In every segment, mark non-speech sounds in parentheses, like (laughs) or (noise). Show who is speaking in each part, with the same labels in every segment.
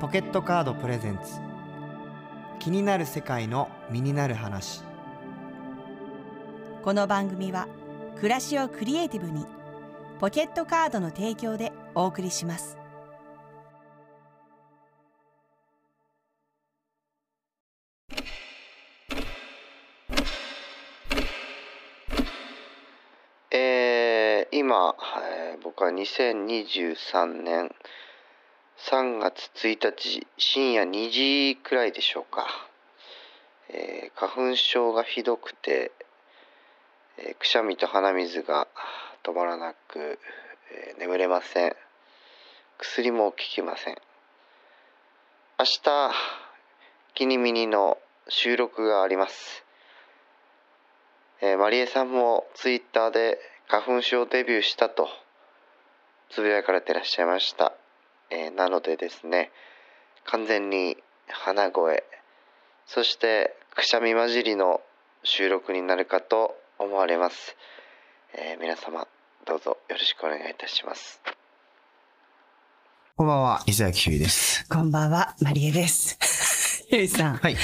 Speaker 1: ポケットカードプレゼンツ気になる世界の身になる話
Speaker 2: この番組は暮らしをクリエイティブにポケットカードの提供でお送りします
Speaker 3: えー今、えー僕は2023年3月1日深夜2時くらいでしょうか、えー花粉症がひどくて、えーくしゃみと鼻水が止まらなく、えー眠れません薬も効きません明日キニミニの収録がありますえー、マリエさんもツイッターで花粉症デビューしたとつぶやかれてらっしゃいました、えーなのでですね完全に鼻声そしてくしゃみ混じりの収録になるかと思われます、えー皆様どうぞよろしくお願いいたします
Speaker 1: こんばんは伊沢きひです
Speaker 4: こんばんは、マリエです。 (laughs) ゆいさん、
Speaker 5: はい。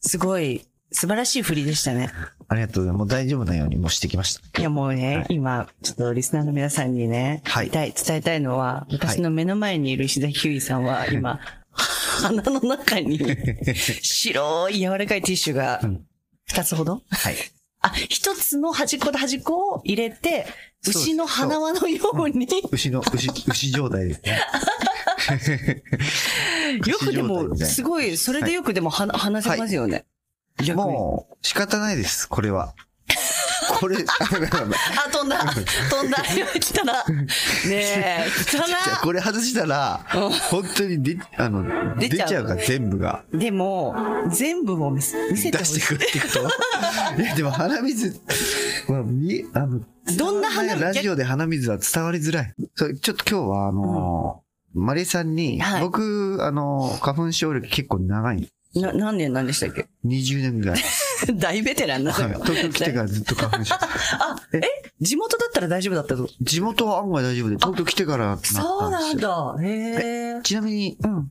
Speaker 4: すごい、素晴らしい振りでしたね。
Speaker 5: ありがとうございます。もう大丈夫なようにもうしてきました。
Speaker 4: いやもうね、
Speaker 5: はい
Speaker 4: 今、ちょっとリスナーの皆さんにね、
Speaker 5: はい
Speaker 4: 伝え伝えたいのは、私の目の前にいる石崎ひゅういさんは、今、鼻の中に、白い柔らかいティッシュが
Speaker 5: うん、
Speaker 4: 二つほど、
Speaker 5: はい。
Speaker 4: あ、一つの端っこと端っこを入れて、
Speaker 5: そう
Speaker 4: 牛の鼻輪のように、
Speaker 5: 牛の、牛、牛状態ですね。
Speaker 4: (laughs) よくでも、すごい、それでよくでもは、話せますよね。逆に
Speaker 5: もう、仕方ないです、これは。こ
Speaker 4: (laughs)
Speaker 5: れ、あのなんか
Speaker 4: あ、飛んだ飛んだ今来たなねえ、来た
Speaker 5: じゃあ
Speaker 4: な
Speaker 5: これ外したら、本当にで、あの、
Speaker 4: 出
Speaker 5: 出
Speaker 4: ち
Speaker 5: ち
Speaker 4: ゃう
Speaker 5: ゃうから、全部が。
Speaker 4: でも、全部を見せ見せ
Speaker 5: 出
Speaker 4: てほ
Speaker 5: し
Speaker 4: し
Speaker 5: てくるってことい (laughs) や、でも鼻水、まあ、み、あの、
Speaker 4: い。どんな花
Speaker 5: ラジ
Speaker 4: オ
Speaker 5: オで鼻水は伝わりづらい。それちょっと今日は、あのーマリエさんに、
Speaker 4: はい
Speaker 5: 僕、あのー花粉症歴結構長い。
Speaker 4: な何年なんでしたっけ (laughs)
Speaker 5: 20年ぐらい。
Speaker 4: 大ベテランなの
Speaker 5: はい
Speaker 4: よ。
Speaker 5: 東京来てからずっと花粉症。
Speaker 4: 地元だったら大丈夫だったぞ。
Speaker 5: 地元は案外大丈夫で、東京来てからなったんですよ。
Speaker 4: そうなんだ。へえ。
Speaker 5: ちなみに、
Speaker 4: うん。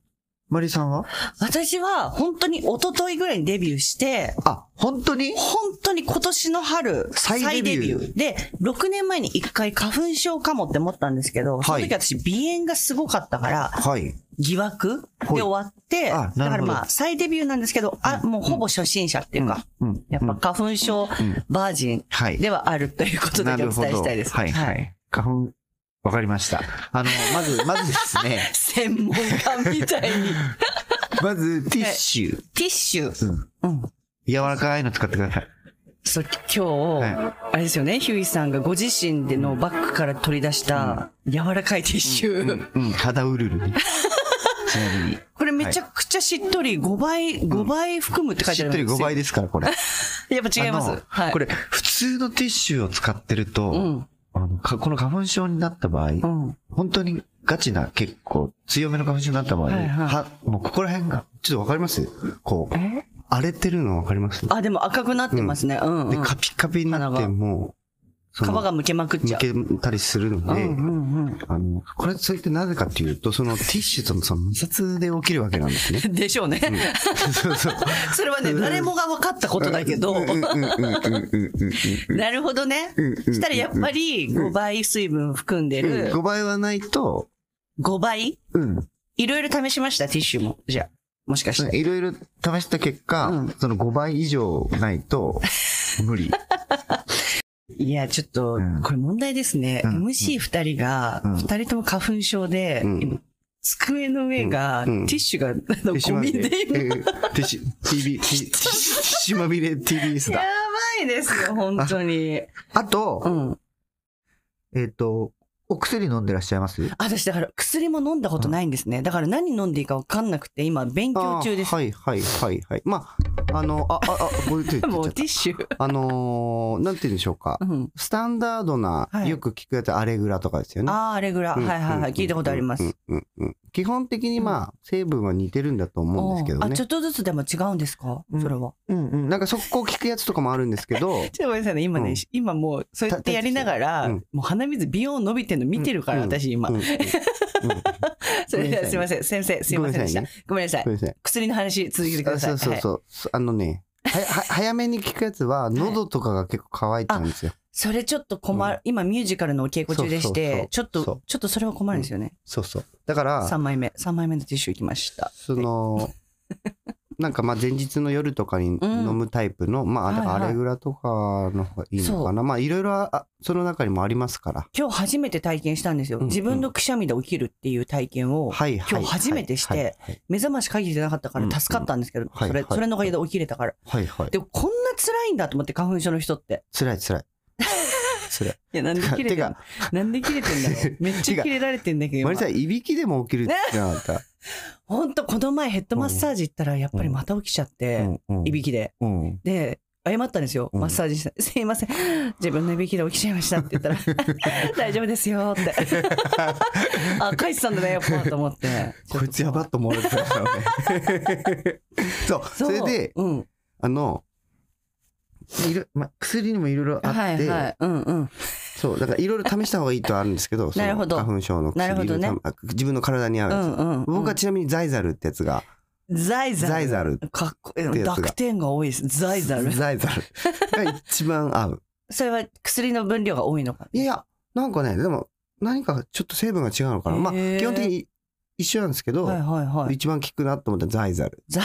Speaker 5: マリさんは
Speaker 4: 私は、本当に一昨日ぐらいにデビューして、
Speaker 5: あ、本当に
Speaker 4: 本当に今年の春、
Speaker 5: 再デビュー
Speaker 4: で、6年前に一回花粉症かもって思ったんですけど、その時私、鼻炎がすごかったから、
Speaker 5: はい。
Speaker 4: 疑惑
Speaker 5: はい
Speaker 4: で終わって、
Speaker 5: あ
Speaker 4: だ
Speaker 5: な
Speaker 4: か
Speaker 5: る
Speaker 4: ら
Speaker 5: ほど
Speaker 4: まあ、再デビューなんですけど、あ、もうほぼ初心者っていうか、
Speaker 5: うん。
Speaker 4: やっぱ花粉症
Speaker 5: ん
Speaker 4: バージン
Speaker 5: はい。
Speaker 4: ではあるということで
Speaker 5: な
Speaker 4: お伝え
Speaker 5: るほど
Speaker 4: したいです。、
Speaker 5: はい、はい。花粉、わかりました。あの、まず、まずですね
Speaker 4: (laughs) 専門家みたいに。
Speaker 5: まず、ティッシュ。
Speaker 4: ティッシュ。
Speaker 5: うん。
Speaker 4: うん。
Speaker 5: 柔らかいの使ってください。
Speaker 4: そう、今日、
Speaker 5: い
Speaker 4: あれですよね、ヒューイさんがご自身でのバッグから取り出した柔らかいティッシュ。
Speaker 5: うん、肌うるるね。ちなみに。
Speaker 4: これめちゃくちゃしっとり5倍、5倍含むって書いて
Speaker 5: し
Speaker 4: あ
Speaker 5: っ
Speaker 4: る
Speaker 5: と
Speaker 4: んです
Speaker 5: り
Speaker 4: よ。
Speaker 5: 5倍ですから、これ。
Speaker 4: やっぱ違いま
Speaker 5: あの
Speaker 4: す。はい。
Speaker 5: これ、普通のティッシュを使ってると、
Speaker 4: うん。
Speaker 5: あのかこの花粉症になった場合、
Speaker 4: うん。
Speaker 5: 本当にガチな結構強めの花粉症になった場合、は
Speaker 4: はいはい
Speaker 5: もうここら辺が、
Speaker 6: ちょっとわかりますこ
Speaker 4: え
Speaker 6: う、荒れてるのわかります
Speaker 4: あ、でも赤くなってますね。うん、うん。
Speaker 6: で、カピカピになって、もう、そ
Speaker 4: 皮
Speaker 6: の
Speaker 4: がむけまくっち
Speaker 6: 抜
Speaker 4: ゃう。
Speaker 6: けたりするので、
Speaker 4: うんうん
Speaker 6: あの、これ、それってなぜかっていうと、そのティッシュとのその摩擦で起きるわけなんです
Speaker 4: (laughs)
Speaker 6: ね。
Speaker 4: うん。でしょうね。
Speaker 6: そうそう。
Speaker 4: それはね、誰もが分かったことだけど。なるほどね。したらやっぱり5倍水分含んでる。
Speaker 6: 5倍はないと、
Speaker 4: 5倍
Speaker 6: うん。
Speaker 4: いろいろ試しました、ティッシュも。じゃあ、もしかして。
Speaker 6: いろいろ試した結果、
Speaker 4: うん
Speaker 6: その5倍以上ないと、
Speaker 4: (laughs)
Speaker 6: 無理。
Speaker 4: いや、ちょっと
Speaker 6: うん、
Speaker 4: これ問題ですね。
Speaker 6: うん
Speaker 4: MC2 人が、
Speaker 6: うん
Speaker 4: 2人とも花粉症で、
Speaker 6: うん
Speaker 4: 今机の上が、テ
Speaker 6: うん
Speaker 4: ィッシュが、あの、
Speaker 6: ティッシュ
Speaker 4: ゴ
Speaker 6: まみ
Speaker 4: ミ
Speaker 6: れ
Speaker 4: で今。
Speaker 6: えーティッシュ、TB、ティッシュティッシュまみれ TBS
Speaker 4: や
Speaker 6: だ。
Speaker 4: ばいですよ、本当に。
Speaker 5: あと、
Speaker 4: うん。
Speaker 5: えっ、と、お薬飲んでらっしゃいます
Speaker 4: 私だから薬も飲んだことないんですね。だから何飲んでいいか分かんなくて、今勉強中です。
Speaker 6: あーはいはいはいはい。まあ、あの、あ、あ、あ、これ言っちゃっ
Speaker 4: (laughs)
Speaker 6: た
Speaker 4: もうティッシュ。
Speaker 6: あのー、なんて言うんでしょうか
Speaker 4: う。ん。
Speaker 6: スタンダードな、
Speaker 4: はい
Speaker 6: よく聞くやつ、アレグラとかですよね。
Speaker 4: ああ、あれぐらい。は
Speaker 6: う
Speaker 4: い
Speaker 6: ん
Speaker 4: はいはい。聞いたことありま。
Speaker 6: う
Speaker 4: す
Speaker 6: ん。うんうんうん基本的にまあ、成分は似てるんだと思うんですけど
Speaker 4: あ、
Speaker 6: ね
Speaker 4: ちょ。っとずつでも違うんですか
Speaker 6: うん
Speaker 4: それは。
Speaker 6: うんうん。なんか速攻聞くやつとかもあるんですけ
Speaker 4: (laughs) ちょ
Speaker 6: ど、
Speaker 4: っとごめんなさいね。今
Speaker 6: う
Speaker 4: ね
Speaker 6: ん、
Speaker 4: 今もう、そうやってやりながら、
Speaker 6: うん
Speaker 4: もう鼻水ビヨーン伸びてるの見てるから、
Speaker 6: うん
Speaker 4: 私今
Speaker 6: うん。うん
Speaker 4: それではすいません。先生、すいませんでした。ごめんなさい
Speaker 6: ご。めんなさい。
Speaker 4: 薬の話続けてください。
Speaker 6: あそうそう
Speaker 4: はい
Speaker 6: そう。そあのね、はやは早めに聞くやつは、喉とかが結構乾いちゃうんですよ。
Speaker 4: それちょっと困
Speaker 6: う
Speaker 4: る。今ミュージカルのお稽古中でし
Speaker 6: そうそうそ
Speaker 4: て
Speaker 6: う、
Speaker 4: ちょっ
Speaker 6: そ
Speaker 4: と
Speaker 6: う、
Speaker 4: ちょっとそれは困るんですよね。
Speaker 6: そうそう。だから、
Speaker 4: 3枚目、3枚目のティッシュいきました。
Speaker 6: その、なんかまあ前日の夜とかに
Speaker 4: うん
Speaker 6: 飲むタイプの、まあだから
Speaker 4: はいはい
Speaker 6: アレグラとかの方がいいのかな。まあいろいろあ、その中にもありますから。
Speaker 4: 今日初めて体験したんですよ。
Speaker 6: うん
Speaker 4: 自分のくしゃみで起きるっていう体験を、
Speaker 6: はいは
Speaker 4: 今
Speaker 6: い。
Speaker 4: 日初めてして
Speaker 6: はいはい
Speaker 4: 目覚まし会議じゃなかったから助かったんですけど、
Speaker 6: うんはい
Speaker 4: それ、
Speaker 6: はい
Speaker 4: それのおかげで起きれたから。
Speaker 6: はいはい。
Speaker 4: でもこんな辛いんだと思って、花粉症の人って。
Speaker 6: 辛い辛い。辛い。
Speaker 4: いや、なん (laughs) で切れて
Speaker 6: て
Speaker 4: んの
Speaker 6: か、
Speaker 4: なんで切れてんだ
Speaker 6: (laughs)
Speaker 4: ろう。めっちゃ切れられてんだけど
Speaker 6: マリ
Speaker 4: 今
Speaker 6: さ。ん、いびきでも起きるって言ってなかっ。
Speaker 4: ほんと、この前ヘッドマッサージ行ったら、やっぱりまた起きちゃったて、
Speaker 6: うんうん
Speaker 4: いびきで。
Speaker 6: うん。
Speaker 4: で、謝ったんですよ。
Speaker 6: うん
Speaker 4: マッサージした。 (laughs) すいません。自分のいびきで起きちゃいましたって言ったら、
Speaker 6: (laughs)
Speaker 4: 大丈夫ですよって。あ、返したんだね、やっぱと思って。
Speaker 6: こいつやばっと思われてたからね。 (laughs) そう。
Speaker 4: そ
Speaker 6: それで、
Speaker 4: うん。
Speaker 6: あの、いろまあ、薬にもいろいろあって、
Speaker 4: はいはい。うんうん。
Speaker 6: そう、だからいろいろ試した方がいいとはあるんですけ
Speaker 4: (laughs)
Speaker 6: ど、その
Speaker 4: なるほど
Speaker 6: 花粉症の薬
Speaker 4: なるほどね
Speaker 6: いろいろたあ自分の体に合う
Speaker 4: う
Speaker 6: やつ。
Speaker 4: んうん。
Speaker 6: 僕はちなみにザイザルってやつが、
Speaker 4: ザイザル。
Speaker 6: ザイザル。
Speaker 4: かっこい
Speaker 6: って
Speaker 4: い。
Speaker 6: やつが
Speaker 4: 濁点が多いです。ザイザル。
Speaker 6: ザイザルが一番
Speaker 4: (laughs)
Speaker 6: 合う。
Speaker 4: それは薬の分量が多いのか。
Speaker 6: いやいや、なんかね、でも何かちょっと成分が違うのかな。まあ、
Speaker 4: へー
Speaker 6: 基本的に一緒なんですけど、
Speaker 4: はいはいはい。
Speaker 6: 一番効くなと思ったらザイザル。
Speaker 4: ザ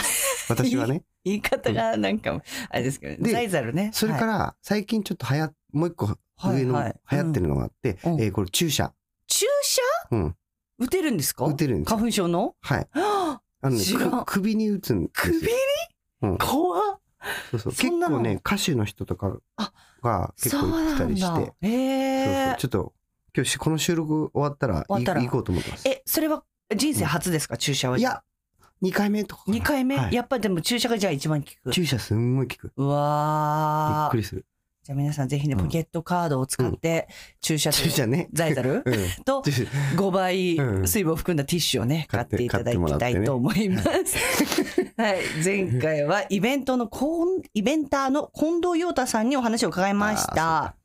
Speaker 4: (laughs)
Speaker 6: 私はね。
Speaker 4: 言い方がなんか、あれですけどね。
Speaker 6: で
Speaker 4: ザイザルね。
Speaker 6: それか
Speaker 4: はい
Speaker 6: ら最近ちょっと流行、もう一個上の
Speaker 4: はいはい
Speaker 6: 流行ってるのがあって、
Speaker 4: うんうん
Speaker 6: えーこれ注射。
Speaker 4: 注射
Speaker 6: うん。
Speaker 4: 打てるんですか
Speaker 6: 打てるんですよ
Speaker 4: 花粉症の
Speaker 6: はい。
Speaker 4: はあ
Speaker 6: あのね、
Speaker 4: 違う
Speaker 6: く首に打つんですよ。
Speaker 4: 首に
Speaker 6: うん
Speaker 4: 怖っ
Speaker 6: そうそう
Speaker 4: そ
Speaker 6: 結
Speaker 4: んなの
Speaker 6: 構ね歌手の人とか
Speaker 4: あ
Speaker 6: が結構行ってたりして
Speaker 4: そうな
Speaker 6: そうんそ
Speaker 4: だ
Speaker 6: う
Speaker 4: へえ
Speaker 6: ちょっと今日しこの収録終わったら
Speaker 4: 終
Speaker 6: い
Speaker 4: わったら
Speaker 6: 行こうと思ってます
Speaker 4: えそれは人生初ですか注射はい
Speaker 6: や2回目とかかな
Speaker 4: 2回目
Speaker 6: はい
Speaker 4: やっぱでも注射がじゃあ一番効く
Speaker 6: 注射すんごい効くびっ
Speaker 4: うわ
Speaker 6: く
Speaker 4: ー
Speaker 6: りする
Speaker 4: じゃあ皆さんぜひね
Speaker 6: うん
Speaker 4: ポケットカードを使って注射と
Speaker 6: 注射ね
Speaker 4: ザイザル
Speaker 6: (laughs) うん
Speaker 4: と
Speaker 6: 注射
Speaker 4: 5倍
Speaker 6: うん
Speaker 4: 水分を含んだティッシュをね、買っ
Speaker 6: 買ってて
Speaker 4: いただき
Speaker 6: 買ってもら
Speaker 4: た
Speaker 6: って
Speaker 4: い
Speaker 6: ね
Speaker 4: と思います。はい、前回はイベントのコン、イベンターの近藤陽太さんにお話を伺いまし
Speaker 6: あーそう
Speaker 4: た。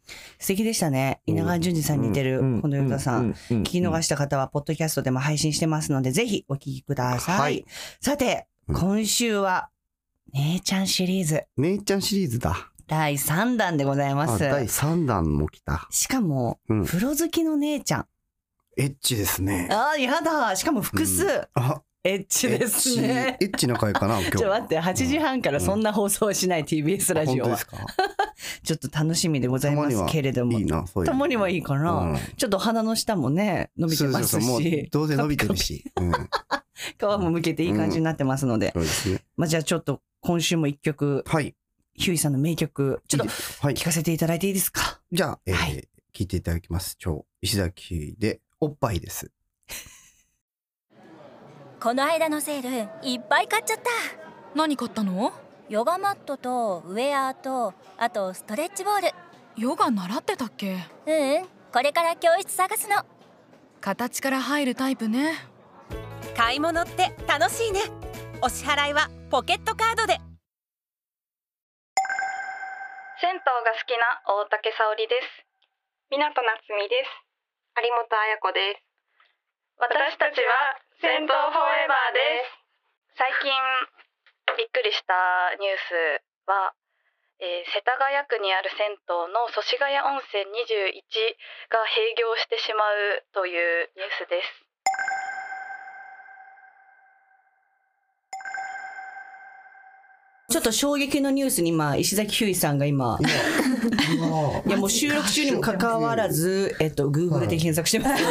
Speaker 4: 素敵でしたね。稲川淳二さんに似てる近藤陽太さん。聞
Speaker 6: 聞
Speaker 4: き逃した方は、ポッドキャストでも配信してますので、ぜひお聞きください。
Speaker 6: はい
Speaker 4: さて、
Speaker 6: うん
Speaker 4: 今週は、姉ちゃんシリーズ、
Speaker 6: 姉ちゃんシリーズだ
Speaker 4: 第3弾でございま
Speaker 6: あ
Speaker 4: す。
Speaker 6: 第3弾も来た
Speaker 4: しかも、
Speaker 6: うん
Speaker 4: 風呂好きの姉ちゃん。
Speaker 6: エッチですね
Speaker 4: ああ、やだ。しかも複数。
Speaker 6: うあ
Speaker 4: エッチですね
Speaker 6: エ。ッチエッチな回かな今日
Speaker 4: (laughs) ちょっと待って、8時半からそんな放送はしない TBS ラジオ
Speaker 6: 本当
Speaker 4: は
Speaker 6: で。すか
Speaker 4: ちょっと楽しみでございますけれども
Speaker 6: いい。なそういう
Speaker 4: たまにはい
Speaker 6: い
Speaker 4: いかな。ちょっと鼻の下もね、伸びてます
Speaker 6: そうそうそうもう
Speaker 4: し、
Speaker 6: どうせ伸びてる
Speaker 4: (laughs)
Speaker 6: しうん
Speaker 4: 皮も向けていい感じになってますので。
Speaker 6: そうですね
Speaker 4: まあじゃあちょっと今週も一曲、
Speaker 6: はい
Speaker 4: ヒューイさんの名曲、ちょっと
Speaker 6: はい
Speaker 4: 聞かせていただいていいですか
Speaker 6: じゃあ、えー
Speaker 4: はい
Speaker 6: 聞いていただきます。超石崎で、おっぱいです。
Speaker 7: この間のセールいっぱい買っちゃった
Speaker 8: 何買ったの
Speaker 7: ヨガマットとウェアとあとストレッチボール
Speaker 8: ヨガ習ってたっけ
Speaker 7: うんうんこれから教室探すの
Speaker 8: 形から入るタイプね
Speaker 9: 買い物って楽しいねお支払いはポケットカードで
Speaker 10: 銭湯が好きな大竹沙織です。港夏美です。有本彩子です。私たちは銭湯フォーエバーです。最近びっくりしたニュースは、えー世田谷区にある銭湯の祖師ヶ谷温泉21が閉業してしまうというニュースです。
Speaker 4: ちょっと衝撃のニュースに今、石崎ヒューイさんが今、 (laughs) いやもう収録中にもかかわらず、えっと、Google で検索してます。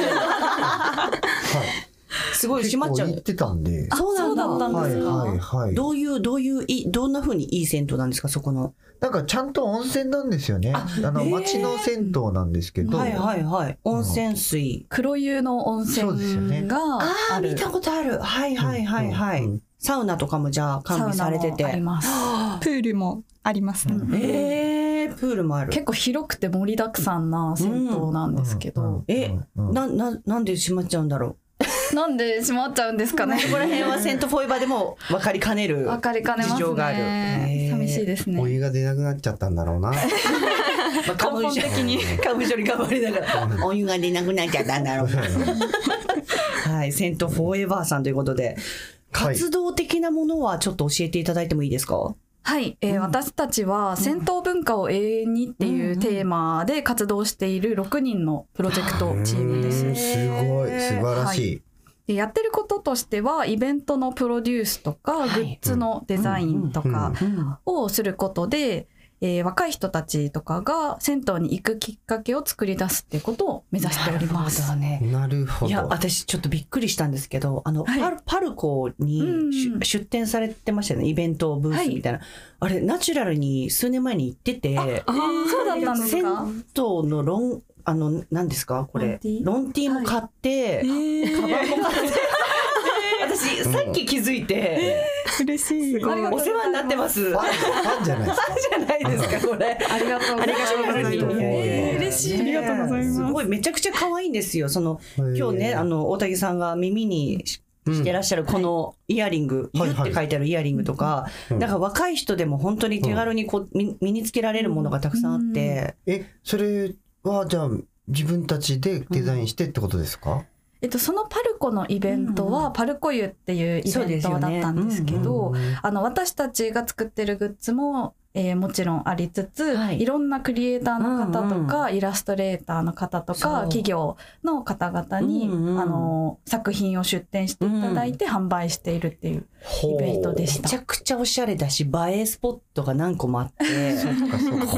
Speaker 4: (laughs) すごい閉まっちゃう
Speaker 5: 言っ。てたんで。
Speaker 4: そうだったんですか。
Speaker 5: はいはい。
Speaker 4: どういう、どういう、いどんな風にいい銭湯なんですか、そこの。
Speaker 5: なんかちゃんと温泉なんですよね。あの、
Speaker 4: へー
Speaker 5: 町の銭湯なんですけど。
Speaker 4: はいはいはい。温泉水。
Speaker 11: 黒湯の温
Speaker 5: そうですよね
Speaker 11: 泉が
Speaker 4: ああ、
Speaker 11: ある
Speaker 4: 見たことある。はいはいはいは
Speaker 5: うんう
Speaker 4: い
Speaker 5: ん。
Speaker 4: サウナとかもじゃあ完備されてて
Speaker 11: サウナもあ。りますプールもありますね、
Speaker 4: えー、プールもある。
Speaker 11: 結構広くて盛りだくさんな銭湯なんですけど、
Speaker 4: え
Speaker 5: うんうん
Speaker 4: な、な、なんで閉まっちゃうんだろ
Speaker 11: なんで閉まっちゃうんですか
Speaker 4: う。
Speaker 11: ね
Speaker 4: そこら辺
Speaker 11: (laughs)
Speaker 4: はセントフォーエバーでも分かりかねる。
Speaker 11: 分かりかねます
Speaker 4: 事情がある
Speaker 11: ね
Speaker 4: へー
Speaker 11: 寂しいです
Speaker 6: お
Speaker 11: ね
Speaker 6: 湯が出なくなっちゃったんだろ
Speaker 4: (laughs)
Speaker 6: う
Speaker 11: (laughs)
Speaker 6: な。
Speaker 4: まあ、花粉症に、花粉症に頑張りながら、お湯が出なくなっちゃったんだろうな。はい、セントフォーエバーさんということで、活動的なものはちょっと教えていただいてもいいですか、
Speaker 12: はい、えー私たちは戦闘文化を永遠にっていうテーマで活動している6人のプロジェクトチームです。
Speaker 13: すごい、素晴らしい。
Speaker 12: でやってることとしてはイベントのプロデュースとか、グッズのデザインとかをすることで、えー若い人たちとかが銭湯に行くきっかけを作り出すっていうことを目指しております。
Speaker 4: なるほ
Speaker 12: ど
Speaker 4: いや、私ちょっとびっくりしたんですけど、あの、パルパルコに出出店されてましたよね、イベントブースみたいな。あれ、ナチュラルに数年前に行ってて、
Speaker 12: あーそうだったんですか
Speaker 4: 銭湯のロン、あの、何ですかこれ。ロンティーも買って、カバンも買って。私、さっき気づいて。
Speaker 12: 嬉しい。
Speaker 4: お世話になってます。ファンじゃな
Speaker 13: (laughs)
Speaker 4: いですか。ファンじゃないですか、これ。
Speaker 12: ありがとうございます
Speaker 4: ね
Speaker 12: 嬉しいありがとうございます
Speaker 4: すごい、めちゃくちゃ可愛いんですよ。その、今日ね、あの、大竹さんが耳にししてらっしゃるこのイヤリング、ゆって書いてあるイヤリングとか、なんか若い人でも本当に手軽にこう、み身につけられるものがたくさんあって。
Speaker 13: え、それはじゃあ自分たちでデザインしてってことですか、
Speaker 12: えっと、そのパルコのイベントは、パルコ湯っていうイ
Speaker 13: そう
Speaker 12: ベ
Speaker 13: で
Speaker 12: ン
Speaker 13: すよ
Speaker 12: トだ
Speaker 13: ね
Speaker 12: ったんですけど、あの、私たちが作ってるグッズも、えーもちろんありつつ、い、ろんなクリエイターの方とか、イラストレーターの方と
Speaker 4: そう
Speaker 12: か、企業の方々に、あの、作品を出展していただいて、販売しているっていうイベントでした。
Speaker 4: めちゃくちゃおしゃれだし、映えスポットが何個もあ
Speaker 12: (laughs)
Speaker 4: って、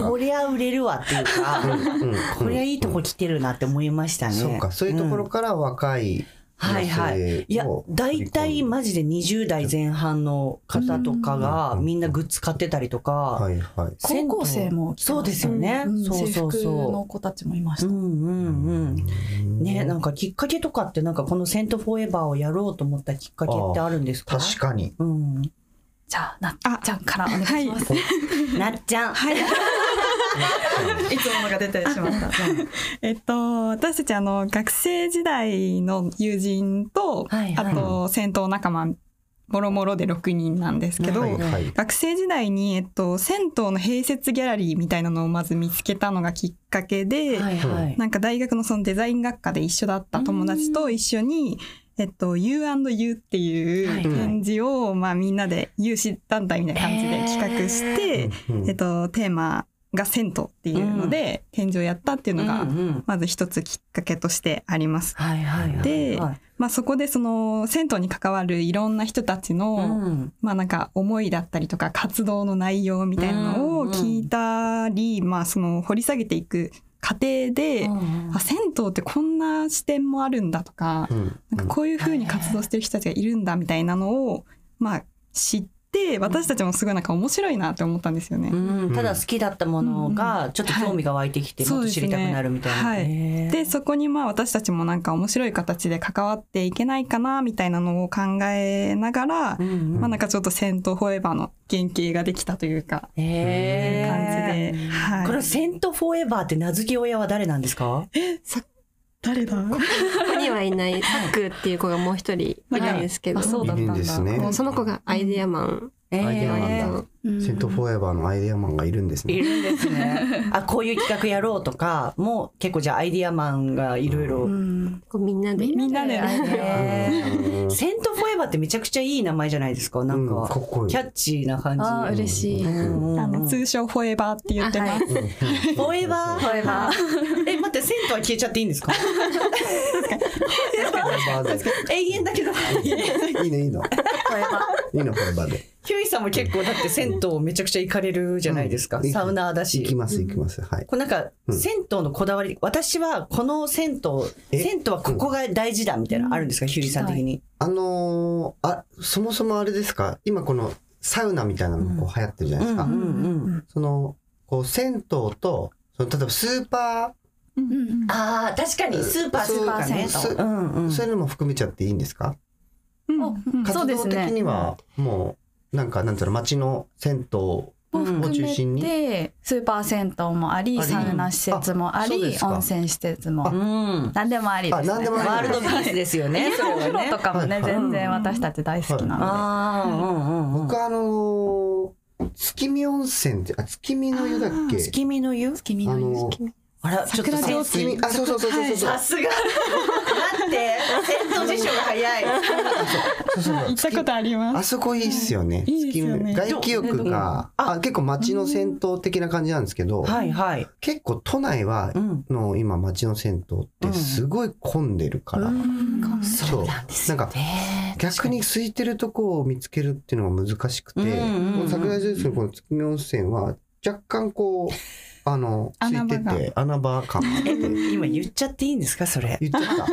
Speaker 4: こりゃ売れるわっていうか、こりゃいいとこ来てるなって思いましたね。
Speaker 13: そうか、そういうところから若い女
Speaker 4: はい
Speaker 13: 性を、
Speaker 4: はい。いや、大体マジで20代前半の方とかがみんなグッズ買ってたりとか、はいはい、
Speaker 12: 高校生も来て
Speaker 4: そう
Speaker 12: ま
Speaker 4: で
Speaker 12: し
Speaker 4: す
Speaker 12: た
Speaker 4: よね。
Speaker 12: うん
Speaker 4: そうそう
Speaker 12: 制服の
Speaker 4: そ
Speaker 12: 子たちもいました。
Speaker 4: う。うんうんうん。ねなんかきっかけとかってなんかこのセントフォーエバーをやろうと思ったきっかけってあるんですか確 (laughs)
Speaker 13: かに。
Speaker 4: うん。
Speaker 12: じゃあ、なっちゃんからお願いします。
Speaker 4: なっち
Speaker 12: (laughs)
Speaker 4: ゃん。
Speaker 14: はい。いつものが出てしまった。えっと、私たちあの、学生時代の友人と、あと、戦闘仲間、もろもろで6人なんですけど、
Speaker 13: はいはい
Speaker 14: 学生時代に、えっと、銭湯の併設ギャラリーみたいなのをまず見つけたのがきっかけで、
Speaker 4: はいはい
Speaker 14: なんか大学のそのデザイン学科で一緒だった友達と一緒に、えっと、U&U っていう展示を、まあ、みんなで有志団体みたいな感じで企画して、えっと、テーマが銭湯っていうので、展示をやったっていうのが、まず一つきっかけとしてあります。で、まあ、そこでその銭湯に関わるいろんな人たちの、まあ、なんか思いだったりとか活動の内容みたいなのを聞いたり、まあ、その掘り下げていく過程で、あ銭湯ってこんな視点もあるんだとか、なんかこういう風に活動してる人たちがいるんだみたいなのを、まあ、知って私たちもすごいなんか面白いなって思ったんですよね。
Speaker 4: うん、ただ好きだったものがちょっと興味が湧いてきて、もっと知りたくなるみたいな。
Speaker 14: そうですねはい、でそこにまあ私たちもなんか面白い形で関わっていけないかなみたいなのを考えながら、まあ、なんかちょっと「戦闘フォーエバー」の原型ができたというか、
Speaker 4: へ
Speaker 14: いう感じで、はい、
Speaker 4: このセントフォーエバーって名付け親は誰なんですか？
Speaker 14: 誰だこ
Speaker 15: こにはいないサックっていう子がもう一人いるんですけど、
Speaker 13: はいあそうだったんだいるんですね
Speaker 15: もうその子がアイデアマン、
Speaker 13: アイデアマンだ、セントフォーエバーのアイデアマンがいるんですね。
Speaker 4: いるんですね。あ、こういう企画やろうとか、もう結構じゃあアイディアマンがいろいろ。
Speaker 15: こうみんなでみんなで
Speaker 4: セントフォーエバーってめちゃくちゃいい名前じゃないですか。なんか、キャッチーな感じ。
Speaker 15: あー嬉しい
Speaker 4: うん
Speaker 14: あの通称「フォーエバー」って言ってます。
Speaker 4: フォーエバー。
Speaker 14: フォーエバ
Speaker 4: ー。え、待って、銭湯は消えちゃっていいんですか。永遠だけど。
Speaker 13: いいのいいの。いいのフォーエバーで。
Speaker 4: ヒューイさんも結構だって銭湯めちゃくちゃ行かれるじゃないですか。サウナーだし。行き
Speaker 13: ます行きます。はい。
Speaker 4: こうなんか、銭湯のこだわり、私はこの銭湯、銭湯はここが大事だみたいなのあるんですか、ヒューイさん的に。
Speaker 13: あのーあ、そもそもあれですか、今このサウナみたいなのがこう流行ってるじゃないですか。その、こう、銭湯と、その例えばスーパ
Speaker 4: ああ、確かに、スーパー、スーパー銭湯。
Speaker 13: そうかねそそういうのも含めちゃっていいんですか活動的には、もう、なんか、なんていうの、街の銭湯を中心に。
Speaker 12: でスーパー銭湯もあ
Speaker 13: あ
Speaker 12: り
Speaker 13: り
Speaker 12: サウナ施設もあ
Speaker 13: あそう
Speaker 12: り
Speaker 13: ですか
Speaker 12: 温泉施設も何でもありです、ね、
Speaker 13: あ何でもありワールドピースですよね
Speaker 12: はい
Speaker 13: それはね
Speaker 12: お風呂とかもね、
Speaker 13: はいはい
Speaker 12: 全然私たち大好きなの
Speaker 13: 僕はあのー月見温泉って、あ、月見の湯だっけ
Speaker 4: 月見の湯
Speaker 12: 月
Speaker 13: 見の湯。
Speaker 4: あら、ちょっと
Speaker 13: 桜上水
Speaker 4: あ、そうそうそうそうそう。
Speaker 13: はい
Speaker 4: さすが。なって銭湯辞書が早い
Speaker 13: そうそうそう
Speaker 14: 行ったことあります
Speaker 13: あそこいいっすよね。
Speaker 14: いいですよね
Speaker 13: 月外気浴が、あ結構街の銭湯的な感じなんですけど、
Speaker 4: はいはい
Speaker 13: 結構都内は、の今街の銭湯ってすごい混んでるから、そうなんか逆に空いてるとこを見つけるっていうのが難しくて、
Speaker 4: うんうんうん
Speaker 13: この桜井先生のこの月見温泉は若干こう、あの、空いて
Speaker 4: 穴場
Speaker 13: て穴場感があって。
Speaker 4: 今言っちゃっていいんですかそれ
Speaker 13: 言っち
Speaker 4: (laughs)
Speaker 13: ゃった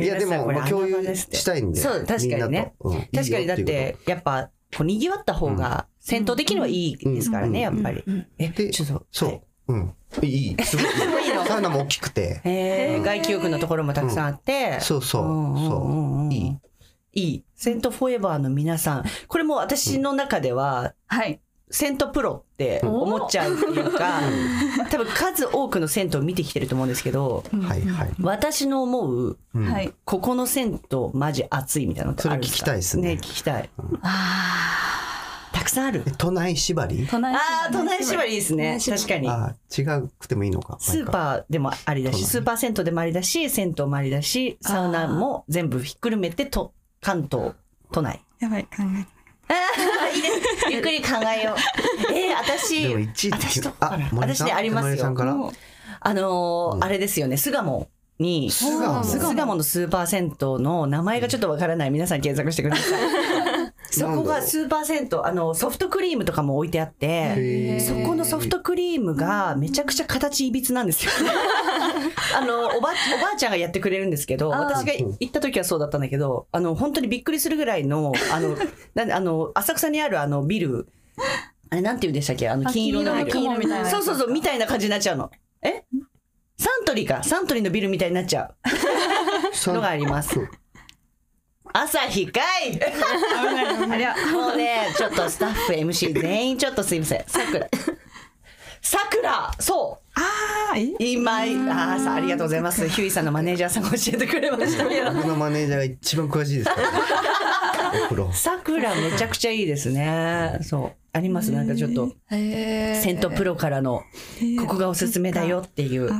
Speaker 13: いやでもまあ共有したいんで
Speaker 4: そう確かにね
Speaker 13: みんなとうん
Speaker 4: 確かにだっ
Speaker 13: いいよいう
Speaker 4: てやっぱこうにぎわった方が戦闘的にはいいですからねやっぱりえちょっと
Speaker 13: そううんいいすごい
Speaker 4: ごいいいの
Speaker 13: サウナも大きくて
Speaker 4: えー外気浴のところもたくさんあって
Speaker 13: そうそうそういい
Speaker 4: いいセントフォーエバーの皆さんこれもう私の中では
Speaker 12: はい
Speaker 4: セントプロって思っちゃうってい
Speaker 13: (laughs)
Speaker 4: うか多分数多くの銭湯を見てきてると思うんですけど
Speaker 13: はいはい
Speaker 4: 私の思う、
Speaker 13: うん
Speaker 12: はい
Speaker 4: ここの銭湯マジ熱いみたいなのってあるんですか
Speaker 13: それ聞きたいですね
Speaker 4: 聞きたい、たくさんある
Speaker 13: 都内縛り
Speaker 12: 都内
Speaker 4: ああ都内縛りですね確かに
Speaker 13: あ違くてもいいのか
Speaker 4: スーパーでもありだしスーパー銭湯でもありだし銭湯もありだしサウナも全部ひっくるめてと関東都内
Speaker 14: やばい考え
Speaker 4: あいいです (laughs) ゆっくり考えようえー、私
Speaker 13: でも1位
Speaker 4: 私と
Speaker 13: あ森
Speaker 4: 私
Speaker 13: さん
Speaker 4: ねありますよ
Speaker 13: 森さんから
Speaker 4: もうあのーあれですよね巣鴨に巣
Speaker 13: 鴨
Speaker 4: 鴨のスーパー銭湯の名前がちょっとわからない皆さん検索してくださいそこがスーパー銭湯あのソフトクリームとかも置いてあってそこのソフトクリームがめちゃくちゃ形いびつなんです
Speaker 12: (laughs)
Speaker 4: よあのおばおばあちゃんがやってくれるんですけど
Speaker 12: あー
Speaker 4: 私が行った時はそうだったんだけどあの本当にびっくりするぐらいのあ
Speaker 12: (laughs)
Speaker 4: のなんあの浅草にあるあのビルあれなんて言うんでしたっけあの
Speaker 12: あ
Speaker 4: 金色のビル
Speaker 12: 金色の雲みたいなやつ
Speaker 4: そうそうそうみたいな感じになっちゃうのえサントリーかサントリーのビルみたいになっちゃうのがあります朝日か (laughs) い
Speaker 14: ありゃ
Speaker 4: もうねちょっとスタッフ MC 全員ちょっとすいませんさくらさくらそう
Speaker 14: ああ
Speaker 4: 今あーさありがとうございますヒューイさんのマネージャーさんが教えてくれました
Speaker 15: (laughs)
Speaker 4: けど
Speaker 13: 僕のマネージャーが一番詳しいですからお風呂
Speaker 4: さくらめちゃくちゃいいですね。そう。あります。なんかちょっと、セントプロからの、ここがおすすめだよっていう。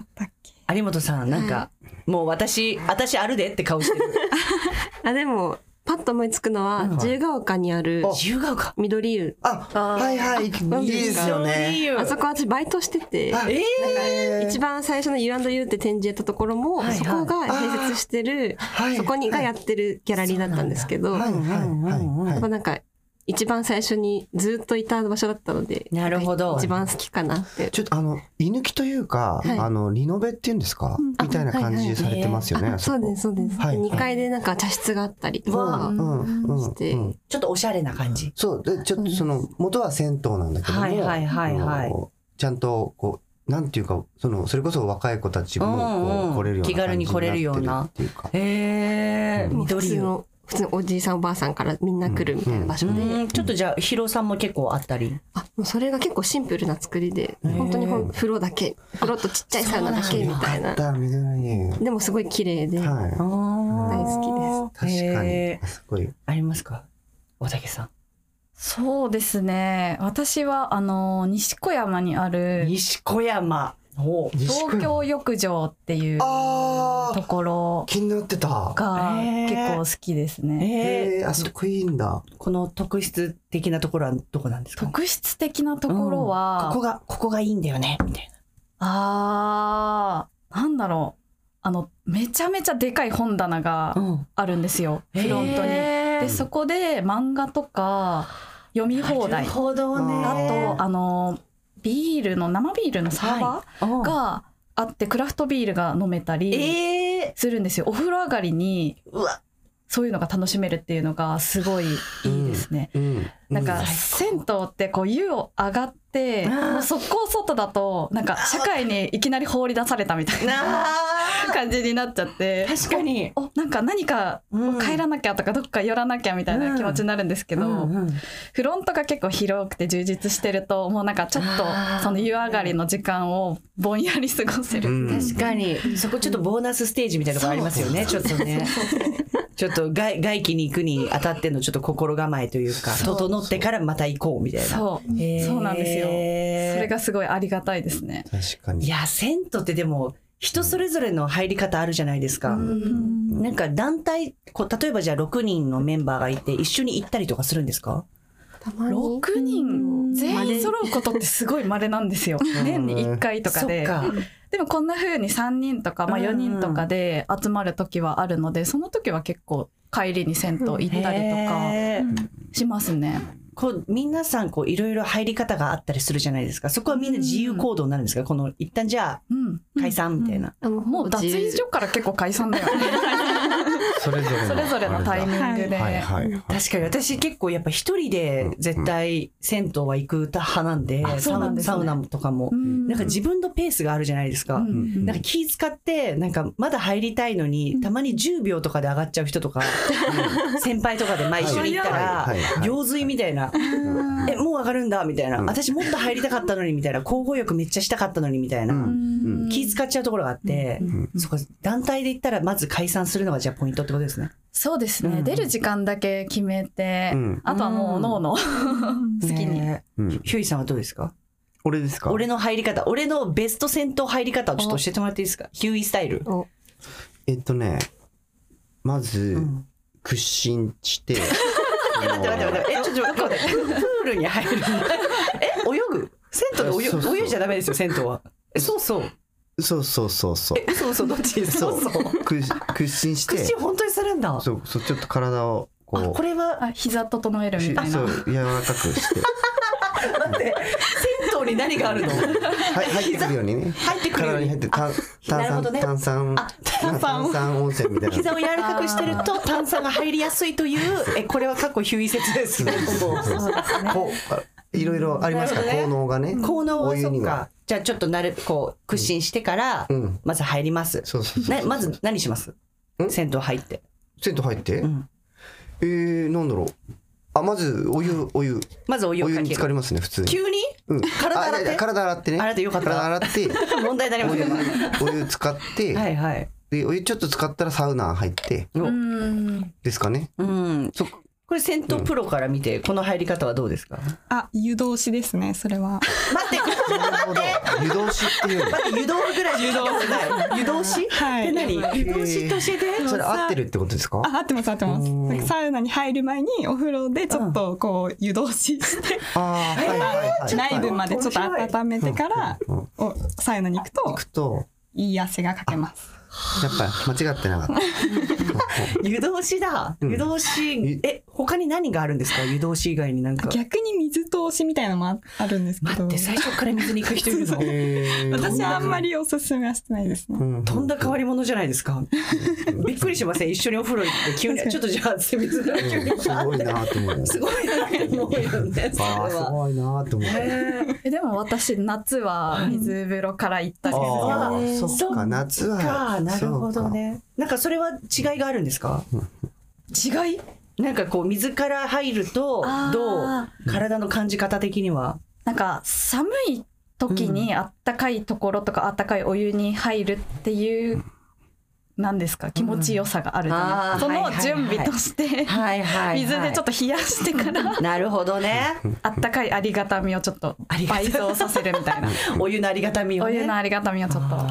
Speaker 4: 有本さん、なんか、もう私、私あるでって顔してる。
Speaker 15: あでもパッと思いつくのは、自由が丘にある
Speaker 4: 自由が丘
Speaker 15: 緑湯
Speaker 13: あはいはいいいですよね
Speaker 15: あそこ私バイトして
Speaker 12: (laughs)
Speaker 15: て、
Speaker 13: あ
Speaker 15: なんか一番最初の U&U って展示やったところも、そこが併設してる、そこにがやってるギャラリーだったんですけど、やっぱなんか一番最初にずっといた場所だったので
Speaker 4: なるほど
Speaker 15: 一番好きかなって
Speaker 13: ちょっとあの居抜きというか、
Speaker 15: はい
Speaker 13: あのリノベっていうんですか、
Speaker 15: うん
Speaker 13: みたいな感じされてますよね。
Speaker 15: あそうですそうです、
Speaker 13: はい
Speaker 15: 2階でなんか茶室があったりと
Speaker 13: う
Speaker 15: か、
Speaker 13: んうん
Speaker 15: して
Speaker 13: うん
Speaker 4: ちょっとおしゃれな感じ。
Speaker 13: そうでちょっとその元は銭湯なんだけども、
Speaker 4: はいはいはいはい
Speaker 13: あのちゃんとこうなんていうかそのそれこそ若い子たちもこ
Speaker 4: うんうん
Speaker 13: う来れるような感じになって
Speaker 4: 気軽に来れるような
Speaker 13: っていうか。
Speaker 4: へえ、
Speaker 15: もう普
Speaker 4: 緑
Speaker 15: 通
Speaker 4: 色。
Speaker 15: の普通のおじいさんおばあさんからみんな来るみたいな場所で、
Speaker 4: うんちょっとじゃあ、広さも結構あったり。
Speaker 15: あもうそれが結構シンプルな作りで本当にほん風呂だけ風呂とちっちゃいサウナだけみたい
Speaker 13: よかっ
Speaker 15: な
Speaker 13: た緑湯
Speaker 15: でもすごい綺麗で、
Speaker 13: はい
Speaker 15: 大好きです
Speaker 4: 確か
Speaker 13: にすごい
Speaker 4: ありますか大竹さん。
Speaker 12: そうですね私はあの西小山にある
Speaker 4: 西小山
Speaker 12: 東京浴場っていうところ
Speaker 13: 気になってた
Speaker 12: が結構好きですね。
Speaker 13: えー、あそこいいんだ。
Speaker 4: この特質的なところはどこなんですか
Speaker 12: 特質的なところは、
Speaker 4: ここが、ここがいいんだよね、みたい
Speaker 12: あーなんだろうあのめちゃめちゃでかい本棚があるんですよ、
Speaker 4: へー
Speaker 12: フロントに。でそこで漫画とか読み放題
Speaker 4: なるほどね
Speaker 12: あとあのビールの生ビールのサーバーがあって、クラフトビールが飲めた
Speaker 4: り
Speaker 12: するんですよ、お風呂上がりにそういうのが楽しめるっていうのがすごいいいですね。なんか銭湯ってこう湯を上がって
Speaker 4: うん
Speaker 12: もう速攻外だとなんか社会にいきなり放り出されたみたいな感じになっちゃって
Speaker 4: 確かに
Speaker 12: おなんか何かを帰らなきゃとかどっか寄らなきゃみたいな気持ちになるんですけど、フロントが結構広くて充実してるともうなんかちょっとその湯上がりの時間をぼんやり過ごせる、
Speaker 4: な。確かに、そこちょっとボーナスステージみたいなとこありますよね、ちょっとね。ちょっと外外気に行くにあたってのちょっと心構えというか、
Speaker 12: そう
Speaker 4: 整ってからまた行こうみたいな。
Speaker 12: そう、
Speaker 4: へー
Speaker 12: そうなんですよそれがすごいありがたいですね
Speaker 13: 確かに。
Speaker 4: いや、銭湯ってでも、人それぞれの入り方あるじゃないですか。なんか団体こう例えばじゃあ6人のメンバーがいて一緒に行ったりとかするんですか
Speaker 12: 6人全員揃うことってすごい稀なんですよ年に1回とかで。かでもこんな風に3人とか、まあ、4人とかで集まる時はあるので、その時は結構帰りに銭湯行ったりとかしますね。
Speaker 4: こう皆さんこういろいろ入り方があったりするじゃないですかそこはみんな自由行動になるんですか、この一旦じゃあ解散みたいな、
Speaker 12: うんうんうん、もう脱衣所から結構解散だよね
Speaker 13: それぞれ
Speaker 12: それぞれのタイミングで、はい
Speaker 4: はい、確かに私結構やっぱ一人で絶対銭湯は行く派なんで,うんうん、サウサウナとかも、うん、なんか自分のペースがあるじゃないですか、うんうん、なんか気使ってなんかまだ入りたいのにたまに10秒とかで上がっちゃう人
Speaker 12: (laughs)
Speaker 4: とか、うん、先輩とかでまあ一緒に行ったら行水みたいな「えもう上がるんだ」みたいな、うん「私もっと入りたかったのに」みたいな「交互浴めっちゃしたかったのに」みたいな、気使っちゃうところがあって、そこ団体で言ったらまず解散するのがじゃあポイントってことですね。
Speaker 12: そうですね、うん、出る時間だけ決めて、うん、あとはもうのの、うん (laughs) 、好きに、ね、
Speaker 4: ひゅういさんはどうですか
Speaker 13: 俺ですか
Speaker 4: 俺の入り方俺のベスト戦闘入り方をちょっと教えてもらっていいですかヒューイスタイル
Speaker 13: えっとねまず、屈伸して
Speaker 4: 待って待って待ってえちょっと待ってプールに入るえ泳ぐ銭湯で泳泳いじゃダメですよ銭湯はえそうそう
Speaker 13: そうそうそうそう。
Speaker 4: そうそう、どっちそうそう。
Speaker 13: 屈伸して。
Speaker 4: 屈伸本当にするんだ。
Speaker 13: そう、そう、ちょっと体をこう。、
Speaker 4: これは、
Speaker 12: 膝整えるみたいな。そう
Speaker 13: 柔らかくして。、
Speaker 4: 待って、銭湯に何があるのはい
Speaker 13: 入ってくるようにね。
Speaker 4: 入ってくるように。
Speaker 13: 入って炭酸、ね、炭酸、炭酸温泉みたいな。
Speaker 4: 膝を柔らかくしてると炭酸が入りやすいという、え、これは過去ヒュイ説ですね。そうそうそう。
Speaker 13: こう、いろいろありますから、効能がね。
Speaker 4: 効能はそっか。じゃあちょっとなるこう屈伸してから、うん、まず入ります。
Speaker 13: そうそう
Speaker 4: そうまず何します？銭湯入って。
Speaker 13: 銭湯入って？うん、えー、なんだろう。あまずお湯お湯。
Speaker 4: まずお湯
Speaker 13: お湯に浸かりますね普通に。
Speaker 4: 急に？うん、体洗って。
Speaker 13: 体洗ってね。
Speaker 4: 洗ってよかった。
Speaker 13: 体洗って。
Speaker 4: (laughs) 問題になりま
Speaker 13: せん。お湯使って。
Speaker 4: はいはい。
Speaker 13: でお湯ちょっと使ったらサウナ入って。ですかね。
Speaker 4: うん。そこれ戦闘プロから見て、この入り方はどうですか、うん、
Speaker 14: あ、湯通しですね、それは。
Speaker 4: 待って、
Speaker 13: (laughs) 湯通しって (laughs) いう
Speaker 4: 待って、湯通ぐらい湯通しない (laughs) 。湯通し
Speaker 14: はい。
Speaker 4: 何湯通しって教えて。
Speaker 13: それ合ってるってことですか
Speaker 14: あ、合ってます、合ってます。サウナに入る前にお風呂でちょっとこう、湯通しして、ああ、はいはい内部までちょっと温めてから、おサウナに行くと、
Speaker 13: 行くと、
Speaker 14: いい汗がかけます。
Speaker 13: やっぱ間違ってなかった。
Speaker 4: 湯通しだ。湯通し、え、他に何があるんですか湯通し以外になんか。
Speaker 14: 逆に水通しみたいなのもあるんですけど。
Speaker 4: 待って、最初から水に行く人いる (laughs) の
Speaker 14: 私あんまりおすすめはしてないですね。
Speaker 4: とんだ変わり者じゃないですか。びっくりしません。一緒にお風呂行って急に、ちょっとじゃあ、水が急に。
Speaker 13: すごいなと思う。
Speaker 4: すごいなと思うよね。す
Speaker 13: ごいなと思
Speaker 12: う。でも私、夏は水風呂から行った
Speaker 13: けど。そっか、夏は。
Speaker 4: なるほどね。なんかそれは違いがあるんですか？違い？なんかこう水から入るとどう体の感じ方的には？
Speaker 12: なんか寒い時にあったかいところとかあったかいお湯に入るっていう。なんですか気持ちよさがあるじゃないですか、その準備として、水でちょっと冷やして (laughs) から
Speaker 4: なるほどね
Speaker 12: あったかいありがたみをちょっと倍増させるみたいな
Speaker 4: お湯のありがたみを、
Speaker 12: お湯のありがたみをちょっと
Speaker 13: あ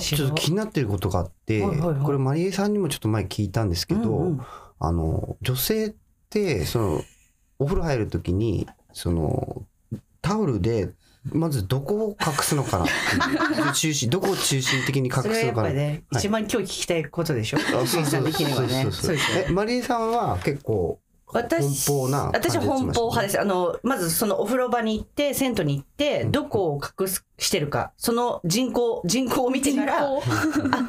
Speaker 13: ちょっと気になってることがあって、これまりえさんにもちょっと前聞いたんですけど、あの女性ってそのお風呂入るときにそのタオルでまずどこを隠すのかな (laughs) 中心どこを中心的に隠すのかな、ね
Speaker 4: 一番今日聞きたいことでしょ新さん的にはね
Speaker 13: えマリーさんは結構
Speaker 4: 私私奔放派ですあのまずそのお風呂場に行って銭湯に行ってどこを隠すしてるかその人口人口を見てから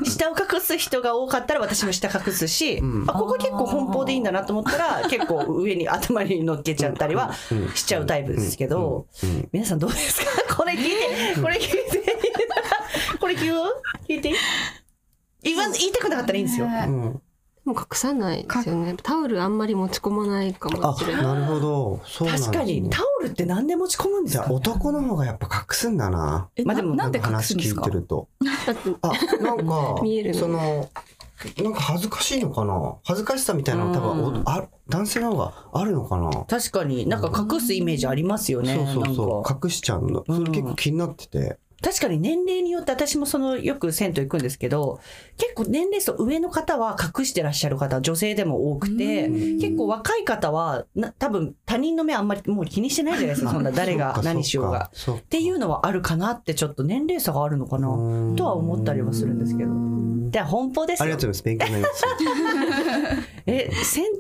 Speaker 4: 下を隠す人が多かったら私も下隠すし、あここ結構奔放でいいんだなと思った (laughs) ら結構上に頭に乗っけちゃったりはしちゃうタイプですけど皆さんどうですか (laughs) これ聞いてこれ聞いて (laughs) これ聞く聞いて言わ言いたくなかったらいいんですよ。
Speaker 15: もう隠さないですよね。タオルあんまり持ち込まないかもしれない。
Speaker 13: なるほど。
Speaker 4: そうなん、ね、確かにタオルって何で持ち込むんですか、
Speaker 13: ね、男の方がやっぱ隠すんだな。
Speaker 12: まあでもなんで隠すんです
Speaker 13: か。話聞いてると。あ、なん
Speaker 4: (laughs)
Speaker 13: か見える、ね、その。なんか恥ずかしいのかな恥ずかしさみたいなの多分あ男性の方があるのかな
Speaker 4: 確かになんか隠すイメージありますよね
Speaker 13: そうそうそう隠しちゃうのそれ結構気になってて、
Speaker 4: 確かに年齢によって私もそのよく銭湯行くんですけど結構年齢層上の方は隠してらっしゃる方女性でも多くて結構若い方はな多分他人の目あんまりもう気にしてないじゃな
Speaker 13: (laughs)
Speaker 4: いですかそんな誰が何しようが。っていうのはあるかなってちょっと年齢差があるのかなとは思ったりはするんですけど。では奔放です
Speaker 13: ありがとうございます。勉強になります。
Speaker 4: え銭湯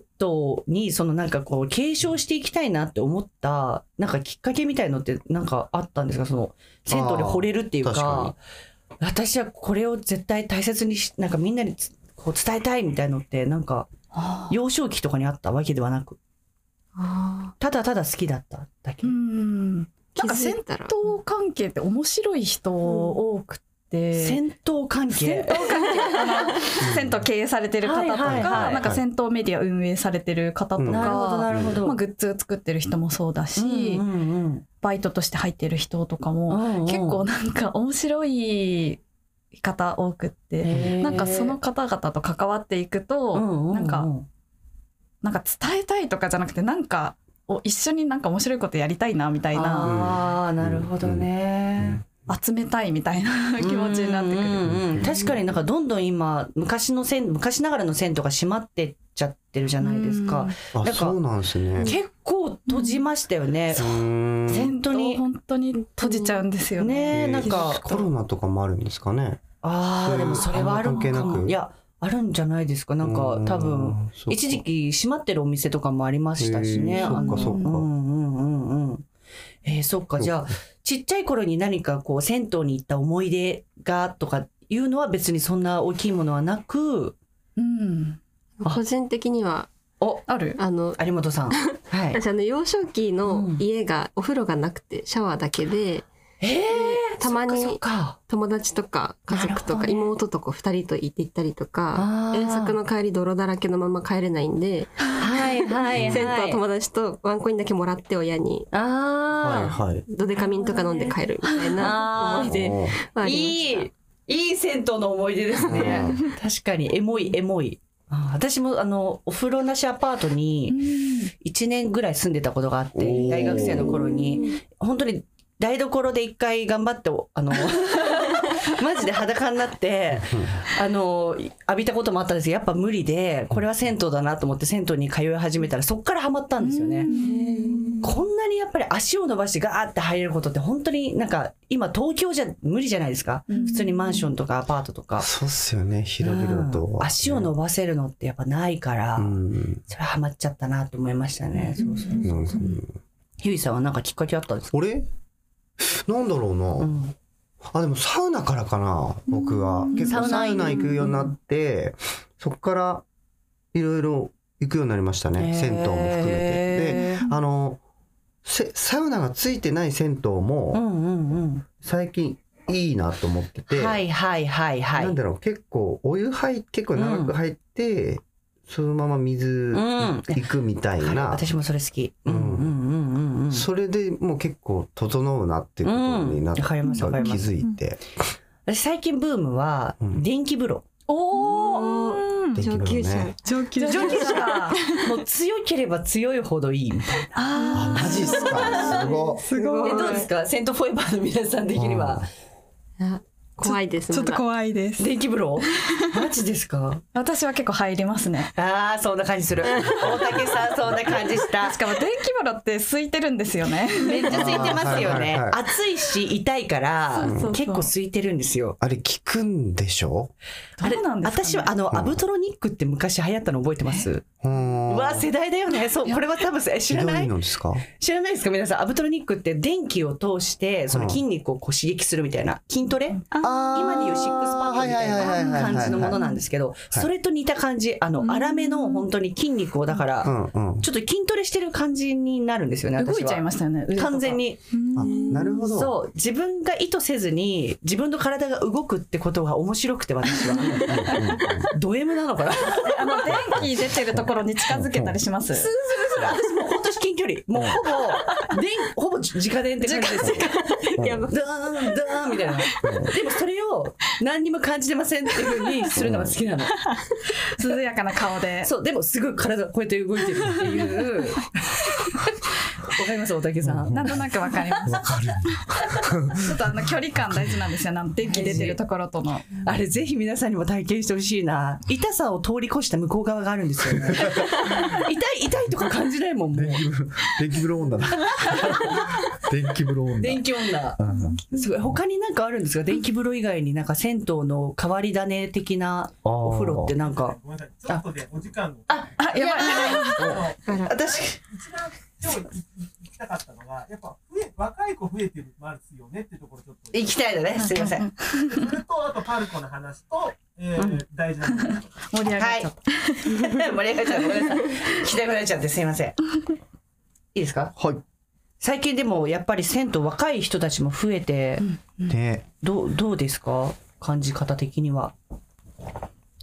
Speaker 4: にそのなんかこう継承していきたいなって思ったなんかきっかけみたいのってなんかあったんですかその銭湯に惚れるっていうか私はこれを絶対大切にしなんかみんなにこう伝えたいみたいのってなんか幼少期とかにあったわけではなくただただ好きだっただけ。
Speaker 12: うんなんか銭湯関係って面白い人多くて。
Speaker 4: 戦闘関係
Speaker 12: 戦闘関係あの銭湯経営されてる方とか、はいはいはい、なんか戦闘メディア運営されてる方とか、うん、まあ、グッズ作ってる人もそうだし、うんうんうん、バイトとして入ってる人とかも、うんうん、結構なんか面白い方多くって、うんうん、なんかその方々と関わっていくと、うんうん、なんかなんか伝えたいとかじゃなくてなんかを一緒になんか面白いことやりたいなみたいな。
Speaker 4: あなるほどね、
Speaker 12: 集めたいみたいな気持ちになってくる、
Speaker 4: うんうん、確かになんかどんどん今昔の線昔ながらの線とか閉まってっちゃってるじゃないですか、
Speaker 13: うん、なんか、ね、
Speaker 4: 結構閉じましたよね、
Speaker 12: 本当に本当に閉じちゃうんですよ
Speaker 4: ね、ね、なんか
Speaker 13: コロナとかもあるんですかね
Speaker 4: ああでもそれはあるかもいやあるんじゃないですかなんか多分一時期閉まってるお店とかもありましたしね、えー、
Speaker 13: そっかそっかうんうんうんうん
Speaker 4: えー、そっかじゃあちっちゃい頃に何かこう銭湯に行った思い出がとかいうのは別にそんな大きいものはなく、
Speaker 12: うん、
Speaker 15: 個人的には
Speaker 4: お
Speaker 12: ある
Speaker 15: あの
Speaker 4: 有本さん、
Speaker 15: はい、私あの幼少期の家がお風呂がなくてシャワーだけで、
Speaker 4: うん、えー、
Speaker 15: たまに友達とか家族とか妹とか2人と行って行ったりとか、ね、遠足の帰り泥だらけのまま帰れないんで。
Speaker 4: はい
Speaker 15: (laughs)
Speaker 4: はいはい、
Speaker 15: 銭湯友達とワンコインだけもらって親に
Speaker 4: あ、
Speaker 13: はいはい、
Speaker 15: ドデカミンとか飲んで帰るみたいな思い出あ
Speaker 4: いいいい銭湯の思い出ですね確かにエモいエモい私もあのお風呂なしアパートに1年ぐらい住んでたことがあって大学生の頃に本当に台所で一回頑張ってあ (laughs) のマジで裸になって、あの、浴びたこともあったんですけど、やっぱ無理で、これは銭湯だなと思って銭湯に通い始めたら、そっからハマったんですよね。こんなにやっぱり足を伸ばしてガーって入れることって本当になんか、今東京じゃ無理じゃないですか。普通にマンションとかアパートとか。
Speaker 13: そうっすよね、広々と、
Speaker 4: うん、足を伸ばせるのってやっぱないから、うん、それハマっちゃったなと思いましたね。そうそうそうそう。ゆいさんはなんかきっかけあったんですか
Speaker 13: 俺なんだろうな。うんあ、でもサウナからかな、僕は。結構サウナ行くようになって、そこからいろいろ行くようになりましたね、銭湯も含めて。で、あの、サウナがついてない銭湯も、最近いいなと思ってて、
Speaker 4: はいはいはいはい。
Speaker 13: なんだろう、結構お湯入って、結構長く入って、そのまま水いくみたいな。
Speaker 4: 私もそれ好き。
Speaker 13: うんうん、それでもう結構整うなっていうことになって、うん、気づいて、
Speaker 4: うん、最近ブームは電気風呂、
Speaker 12: うん、お
Speaker 15: お上級者
Speaker 4: 上級者もう強ければ強いほど
Speaker 13: (laughs)
Speaker 4: いいみたいな
Speaker 13: あマジっすかすご
Speaker 4: すごいどうですかセントフォーエバーの皆さん的には、
Speaker 15: 怖いです
Speaker 14: ちょっと怖いです
Speaker 4: 電気
Speaker 13: (laughs)
Speaker 4: 風呂マジですか
Speaker 12: 私は結構入りますね
Speaker 4: ああそんな感じする大竹さんそんな感じした
Speaker 12: しかも電気風呂って空いてるんですよね
Speaker 14: (laughs)
Speaker 4: (laughs) めっちゃ空いてますよね、はいはい、暑いし痛いから結構空いてるんですよ
Speaker 13: あれ効くんでしょ
Speaker 4: あれなんです、ね、私はあのアブトロニックって昔流行ったの覚えてますうわ世代だよねそうこれは多分知らない知らないですか皆さんアブトロニックって電気を通してその筋肉をこう刺激するみたいな筋トレ今でいうシックスパックみたいな感じのものなんですけど、それと似た感じ、あの、粗めの本当に筋肉を、だから、ちょっと筋トレしてる感じになるんですよね、
Speaker 12: 動いちゃいましたよね、
Speaker 4: 完全に。
Speaker 13: なるほど。
Speaker 4: そう、自分が意図せずに、自分の体が動くってことが面白くて、私 (laughs) は。ド M なの (laughs) かな
Speaker 12: あの、電気出てるところに近づけたりします。
Speaker 4: するするする。私もう本当至近距離。もうほぼ、電、ほぼ直電って感じですよ。やば。ドーン、ドーンみたいな。でもそれを何にも感じてませんっていうふうにするのが好きなの。
Speaker 12: 涼やかな顔で。
Speaker 4: そう、でもすごい体がこうやって動いてるっていう。かります大竹さん。
Speaker 12: なんとなくわかります。わかる。ちょっとあの距離感大事なんですよ。なん電気出てるところとの。
Speaker 4: あれぜひ皆さんにも体験してほしいな。痛さを通り越した向こう側があるんですよ、ね。 (laughs) 痛い痛いとか感じないもんもう。
Speaker 13: 電気風呂
Speaker 12: (laughs)
Speaker 13: 女だ。電気風呂女。
Speaker 4: 電気女。すごい他になんかあるんですか。電気風呂以外になんか銭湯の変わり種的なお風呂ってなんか。
Speaker 16: あ、お時間
Speaker 4: あ、あやばい。
Speaker 16: 私。今日行きたかったのが、やっぱ増え若い子増えてますよねってところちょっと
Speaker 4: 行きたいのね。すみません。
Speaker 16: それとあとパルコの話と、えー、大事な
Speaker 12: 盛り上がっちゃった。
Speaker 4: 盛り上がっちゃった。ごめんなさい。聞きたくなっちゃってすみません。いいですか。
Speaker 13: はい。
Speaker 4: 最近でもやっぱり銭湯若い人たちも増えて、
Speaker 13: で
Speaker 4: どうどうですか感じ方的には。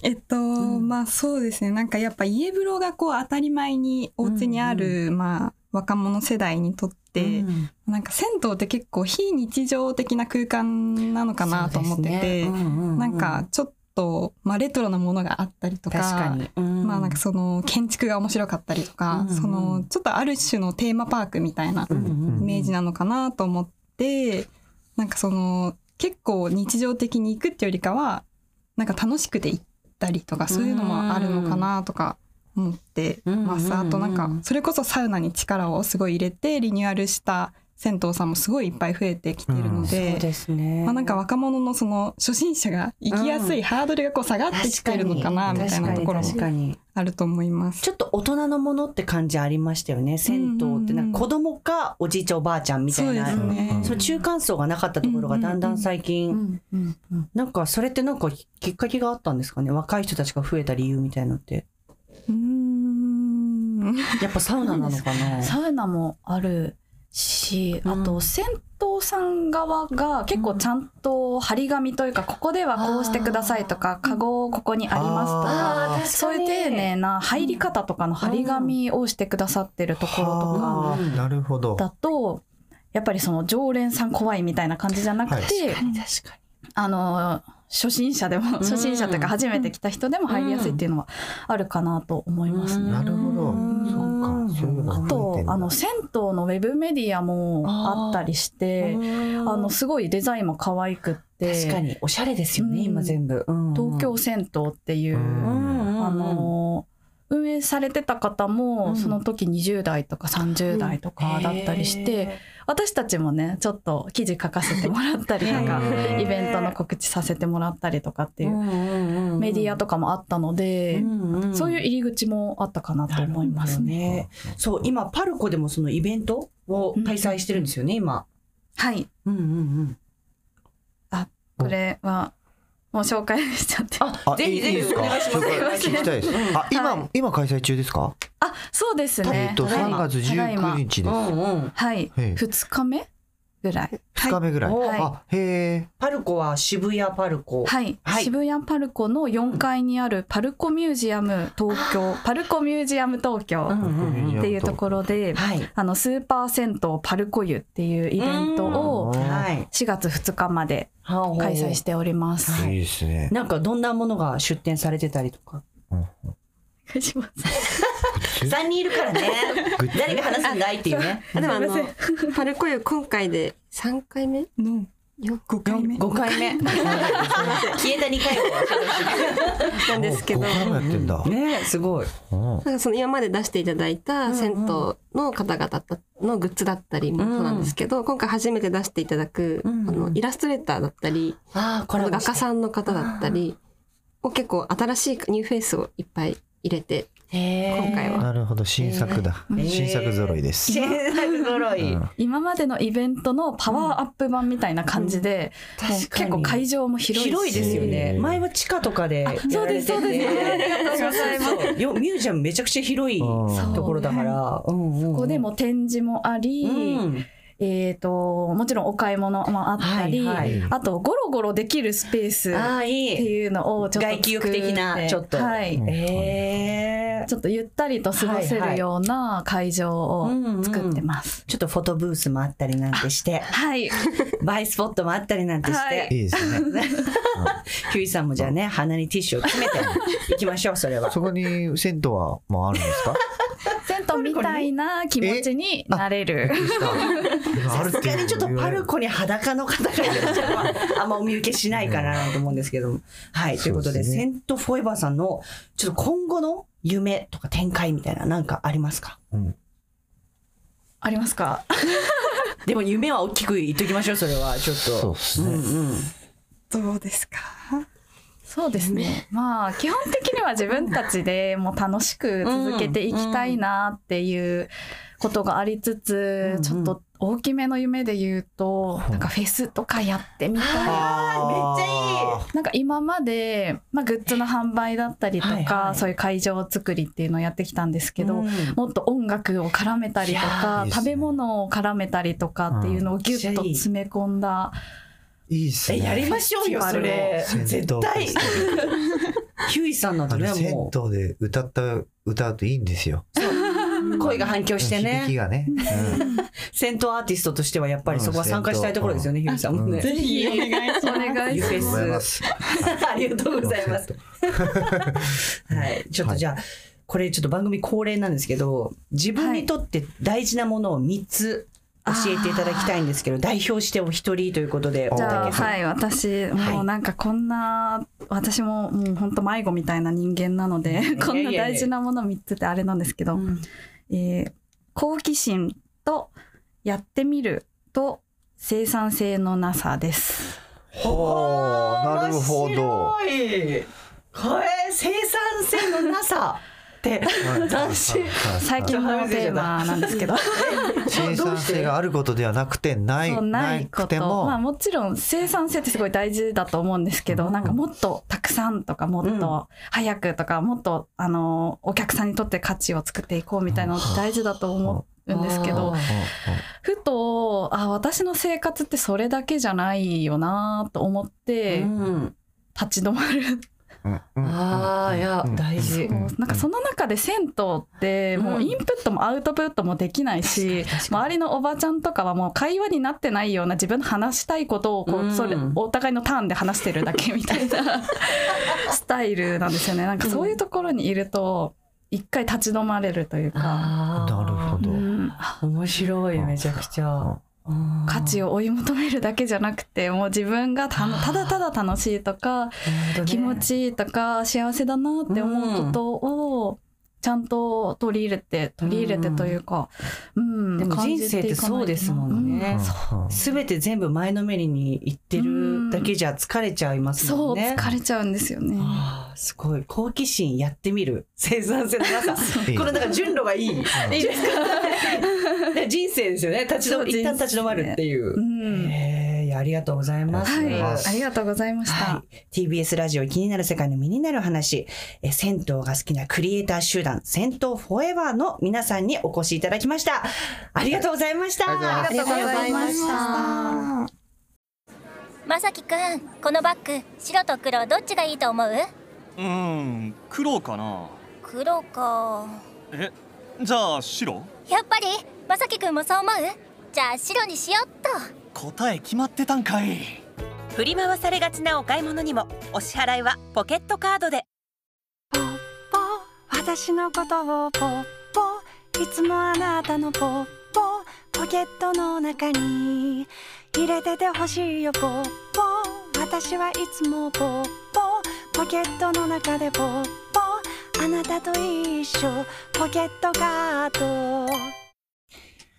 Speaker 14: えっと、うん、まあそうですねなんかやっぱ家風呂がこう当たり前にお家にある、うんうん、まあ若者世代にとって、うん、なんか銭湯って結構非日常的な空間なのかなと思ってて、ねうんうんうん、なんかちょっと。まあ、レトロなものがあったりとか、
Speaker 4: 確かに、うん
Speaker 14: まあなんかその建築が面白かったりとか、うんうん、そのちょっとある種のテーマパークみたいなイメージなのかなと思って、うんうん、なんかその結構日常的に行くっていうよりかはなんか楽しくて行ったりとかそういうのもあるのかなとか思ってます、うんうんうん、あとなんかそれこそサウナに力をすごい入れてリニューアルした銭湯さんもすごいいっぱい増えてきてるので,
Speaker 4: うんでね、
Speaker 14: まあ、なんか若者のその初心者が行きやすい、うん、ハードルがこう下がってきてるのかなみたいなところもあると思います
Speaker 4: ちょっと大人のものって感じありましたよね銭湯ってなんか子供かおじいちゃんおばあちゃんみたいな、
Speaker 14: うんね、
Speaker 4: その中間層がなかったところがだんだん最近、うんうん、なんかそれってなんかきっかけがあったんですかね若い人たちが増えた理由みたいのって。
Speaker 12: うん
Speaker 4: やっぱサウナなのかな
Speaker 12: サウナもあるし、あと銭湯さん側が結構ちゃんと張り紙というか、ここではこうしてくださいとか、カゴをここにありますとか、そういう丁寧な入り方とかの張り紙をしてくださってるところとか、
Speaker 13: なるほど。
Speaker 12: だと、やっぱりその常連さん怖いみたいな感じじゃなくて、あの、初心者でも、初心者というか初めて来た人でも入りやすいっていうのはあるかなと思いますね。
Speaker 13: なるほど。そう
Speaker 12: か。あと、あの、銭湯のウェブメディアもあったりして、あの、すごいデザインも可愛くって。。
Speaker 4: 確かに、おしゃれですよね、うん、今全部、うん
Speaker 12: 東京銭湯っていう、あの、運営されてた方も、その時20代とか30代とかだったりして、うん私たちもねちょっと記事書かせてもら
Speaker 4: (laughs)
Speaker 12: ったりとかイベントの告知させてもらったりとかっていうメディアとかもあったので、うんうん、そういう入り口もあったかなと思います
Speaker 4: ね。そう今パルコでもそのイベントを開催してるんですよね、うん、今。
Speaker 12: はい。
Speaker 4: うんうんうん。
Speaker 12: あこれはもう紹介しちゃって。
Speaker 4: あ、ぜひぜひお願いします。
Speaker 13: すいません。あ、今、はい、今開催中ですか。
Speaker 12: あ、そうですね。
Speaker 13: えっと、三月十九日です。
Speaker 12: はい。二日目ぐらい。
Speaker 13: 二日目ぐらい。はい、あ、へえ。
Speaker 4: パルコは渋谷パルコ。
Speaker 12: はい。はい、渋谷パルコの四階にあるパルコミュージアム東京、パルコミュージアム東京っていうところで、はい、あのスーパー銭湯パルコ湯っていうイベントを4月2日まで開催しております。
Speaker 13: いいですね。
Speaker 4: なんかどんなものが出展されてたりとか。お願
Speaker 12: いします。
Speaker 4: 三人いるからね。誰が話すんだいっていう
Speaker 14: (laughs)
Speaker 4: ね。
Speaker 15: (laughs) でもあのパルコ湯今回で三回目？
Speaker 14: の五回目。
Speaker 4: 五回目。消えた二回
Speaker 15: なんですけど。
Speaker 4: (laughs) ねすごい。
Speaker 15: なんかその今まで出していただいた銭湯の方々のグッズだったりもそうなんですけど、今回初めて出していただくあのイラストレーターだったり、画家さんの方だったり。を結構新しいニューフェイスをいっぱい入れて今回は
Speaker 13: なるほど新作だ、えー、新作揃いです、、
Speaker 4: 新作揃い、うん、
Speaker 12: 今までのイベントのパワーアップ版みたいな感じで、うん、結構会場も広い
Speaker 4: 広いですよね前は地下とかで
Speaker 12: そうですそうですありがとうございます (laughs)
Speaker 4: ミュージアムめちゃくちゃ広いところだから、
Speaker 12: うん、そこでも展示もあり、えーと、ともちろんお買い物もあったり、はいはい、あとゴロゴロできるスペースっていうのをちょっと
Speaker 4: 外気浴的なちょっと、
Speaker 12: はい
Speaker 4: え
Speaker 12: ー、ちょっとゆったりと過ごせるような会場を作ってます、
Speaker 4: ちょっとフォトブースもあったりなんてして
Speaker 12: はい
Speaker 4: バイスポットもあったりなんてして、はい (laughs)
Speaker 13: いいですね
Speaker 4: キュイさんもじゃあね
Speaker 12: (laughs)
Speaker 4: 鼻にティッシュを詰めていきましょうそれは
Speaker 13: そこに銭湯はもうあるんですか
Speaker 12: 銭ントみたいな気持ちになれる。
Speaker 4: さすがにちょっとパルコに裸の方がいらっしゃるのはあんまお見受けしないかなと思うんですけども。はい。ということで、でね、セントフォーエバーさんの、ちょっと今後の夢とか展開みたいな、なんかありますか、うん、
Speaker 12: ありますか
Speaker 4: でも夢は大きく言っときましょう、それは。ちょっと。そうですね。うんうん、
Speaker 14: どうですか
Speaker 12: そうですね。 (laughs) まあ、基本的には自分たちでもう楽しく続けていきたいなっていうことがありつつ、ちょっと大きめの夢で言うと、なんかフェスとかやってみたい。めっ
Speaker 4: ゃ
Speaker 12: ちいいなんか今まで、まあ、グッズの販売だったりとか、はいはい、そういう会場作りっていうのをやってきたんですけど、うん、もっと音楽を絡めたりとか、ね、食べ物を絡めたりとかっていうのをギュッと詰め込んだ、
Speaker 13: いいっすね。
Speaker 4: やりましょうよ、それ。絶対。ヒューイさんなんだね、
Speaker 13: もう。銭湯で歌った、歌うといいんです
Speaker 12: (laughs)
Speaker 13: よ。
Speaker 4: (laughs) 声が反響してね。
Speaker 13: 響きがね。
Speaker 4: (laughs) 銭湯アーティストとしてはやっぱりそこは参加したいところですよね、ヒューイさんもね。
Speaker 14: ぜひお願いし
Speaker 4: ます。 (laughs) ありがとうございます。はい。ちょっとじゃあ、これちょっと番組恒例なんですけど、自分にとって大事なものを3つ。教えていただきたいんですけど代表してお一人ということで
Speaker 12: じゃあはい私もうなんかこんな、はい、私ももう本当迷子みたいな人間なのでこんな大事なもの3つってあれなんですけど、うんえー、好奇心とやってみると生産性のなさです。
Speaker 13: ほうなるほど。
Speaker 4: これ生産性のなさ。っ斬新
Speaker 12: 最近のテーマなんですけど
Speaker 13: 生産性があることではなくてない
Speaker 12: ないことまあ、もちろん生産性ってすごい大事だと思うんですけど、うん、なんかもっとたくさんとかもっと早くとか、うん、もっとあのお客さんにとって価値を作っていこうみたいなのって大事だと思うんですけど、うん、ふとあ私の生活ってそれだけじゃないよなと思って、立ち止まる。
Speaker 4: ああいや大事、
Speaker 12: なんかその中で銭湯ってもうインプットもアウトプットもできないし、周りのおばちゃんとかはもう会話になってないような自分の話したいことをこう、それお互いのターンで話してるだけみたいなスタイルなんですよねなんかそういうところにいると一回立ち止まれるというか、
Speaker 13: なるほど、うん
Speaker 4: 面白いめちゃくちゃ。
Speaker 12: 価値を追い求めるだけじゃなくてもう自分がたただただ楽しいとか、ね、気持ちいいとか幸せだなって思うことをちゃんと取り入れて取り入れてというか、うん、
Speaker 4: でも人生ってそうですもんね、うん、全て全部前のめりにいってるだけじゃ疲れちゃいますもんね、
Speaker 12: うん、そう疲れちゃうんですよね
Speaker 4: すごい好奇心やってみる生産性のなさこれなんか順路がいいいいですか人生ですよね立ち止まる一旦立ち止まるっていう、うんありがとうございます。、
Speaker 12: はい、ありがとうございました、はい
Speaker 4: TBS ラジオ気になる世界の身になる話、え銭湯が好きなクリエイター集団、銭湯フォーエバーの皆さんにお越しいただきました。ありがとうございました。
Speaker 12: ありがとうございました。
Speaker 7: まさきくん、このバッグ、白と黒どっちがいいと思う
Speaker 17: うん、黒かな。
Speaker 7: 黒か。
Speaker 17: え、じゃあ白
Speaker 7: やっぱり、まさきくんもそう思うじゃあ白にしよっと。
Speaker 17: 答え決まってたんかい
Speaker 9: 振り回されがちなお買い物にもお支払いはポケットカードで
Speaker 18: ポッポ私のことをポッポいつもあなたのポッポポケットの中に入れててほしいよポッポ私はいつもポッポポケットの中でポッポあなたと一緒ポケットカード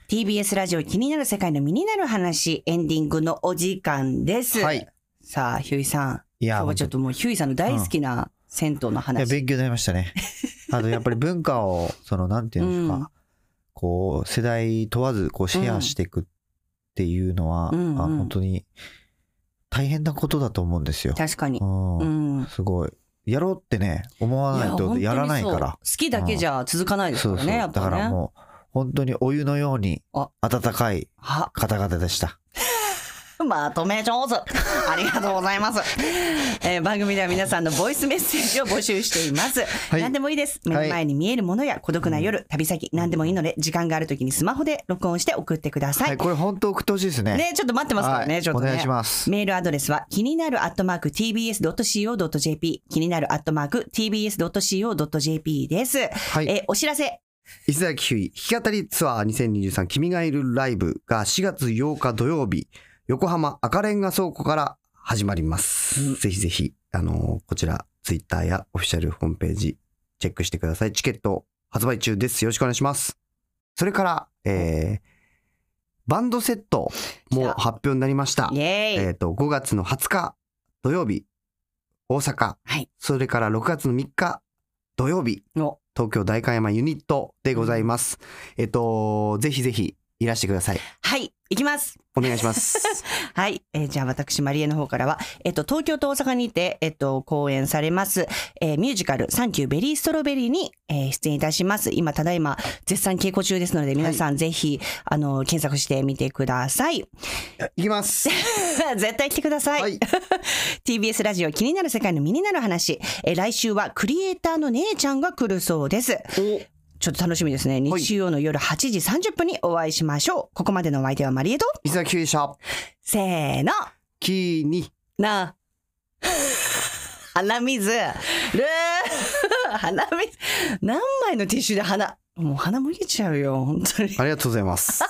Speaker 4: TBS ラジオ気になる世界の身になる話、エンディングのお時間です。はい。さあ、ひゅういさん。いや、今日はちょっともうひゅういさんの大好きな銭湯の話。
Speaker 13: うん、勉強になりました
Speaker 4: (laughs)
Speaker 13: ね。あと、やっぱり文化を、その、なんていうんですか、うん、こう、世代問わず、こう、シェアしていくっていうのは、うん、あ本当に、大変なことだと思うんですよ。
Speaker 4: 確かに。
Speaker 13: うん。すごい。やろうってね、思わないとやらないから。好
Speaker 4: きだけじゃ続かないですよね、そうそうやっぱ、ね、
Speaker 13: だからもう、本当にお湯のように温かい方々でした。
Speaker 4: (laughs) まとめ上手。ありがとうございます。 (laughs) えー、番組では皆さんのボイスメッセージを募集しています。はい、何でもいいです。目の前に見えるものや孤独な夜、はい、旅先、何でもいいので、時間がある時にスマホで録音して送ってください。はい、
Speaker 13: これ本当送ってほしいですね。
Speaker 4: ね、ちょっと待ってますからね、ちょっと、ね、
Speaker 13: お願いします。
Speaker 4: メールアドレスは、気になるアットマーク tbs.co.jp、気になるアットマーク tbs.co.jp です。はい、えー、お知らせ
Speaker 6: 伊勢崎ひゅい弾き語りツアー2023君がいるライブが4月8日土曜日、横浜赤レンガ倉庫から始まります。うん、ぜひぜひ、あのー、こちら、ツイッターやオフィシャルホームページ、チェックしてください。チケット発売中です。よろしくお願いします。それから、えー、バンドセットも発表になりました。えっ、ー、と、5月の20日土曜日、大阪。はい、それから6月の3日土曜日、東京代官山ユニットでございます。えっ、ー、と、ぜひぜひいらしてください。
Speaker 2: はい、行きます。
Speaker 6: お願いします。
Speaker 2: (laughs) はい、えー、じゃあ私マリエの方からは、えっ、ー、と東京と大阪にてえっ、ー、と公演されます、えー、ミュージカルサンキューベリーストロベリーに、えー、出演いたします。今ただいま絶賛稽古中ですので皆さんぜひ、はい、あの検索してみてください。
Speaker 6: 行きます。
Speaker 2: (laughs) 絶対来てください。 (laughs) はい、TBS ラジオ気になる世界の身になる話、えー、来週はクリエイターの姉ちゃんが来るそうです。ちょっと楽しみですね。日曜の夜8時30分にお会いしましょう。はい、ここまでのお相手はマリエと。
Speaker 6: 伊沢九社。
Speaker 2: せーの。
Speaker 6: きに。
Speaker 2: な。 (laughs) 鼻水。る (laughs) 鼻水。何枚のティッシュで鼻。もう鼻むげちゃうよ。本当に。
Speaker 6: ありがとうございます。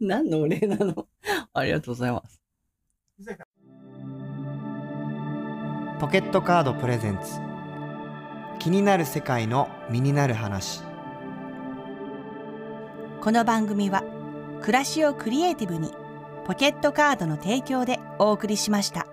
Speaker 2: 何のお礼なのありがとうございます。
Speaker 1: ポケットカードプレゼンツ。気になる世界の身になる話
Speaker 2: この番組は暮らしをクリエイティブにポケットカードの提供でお送りしました。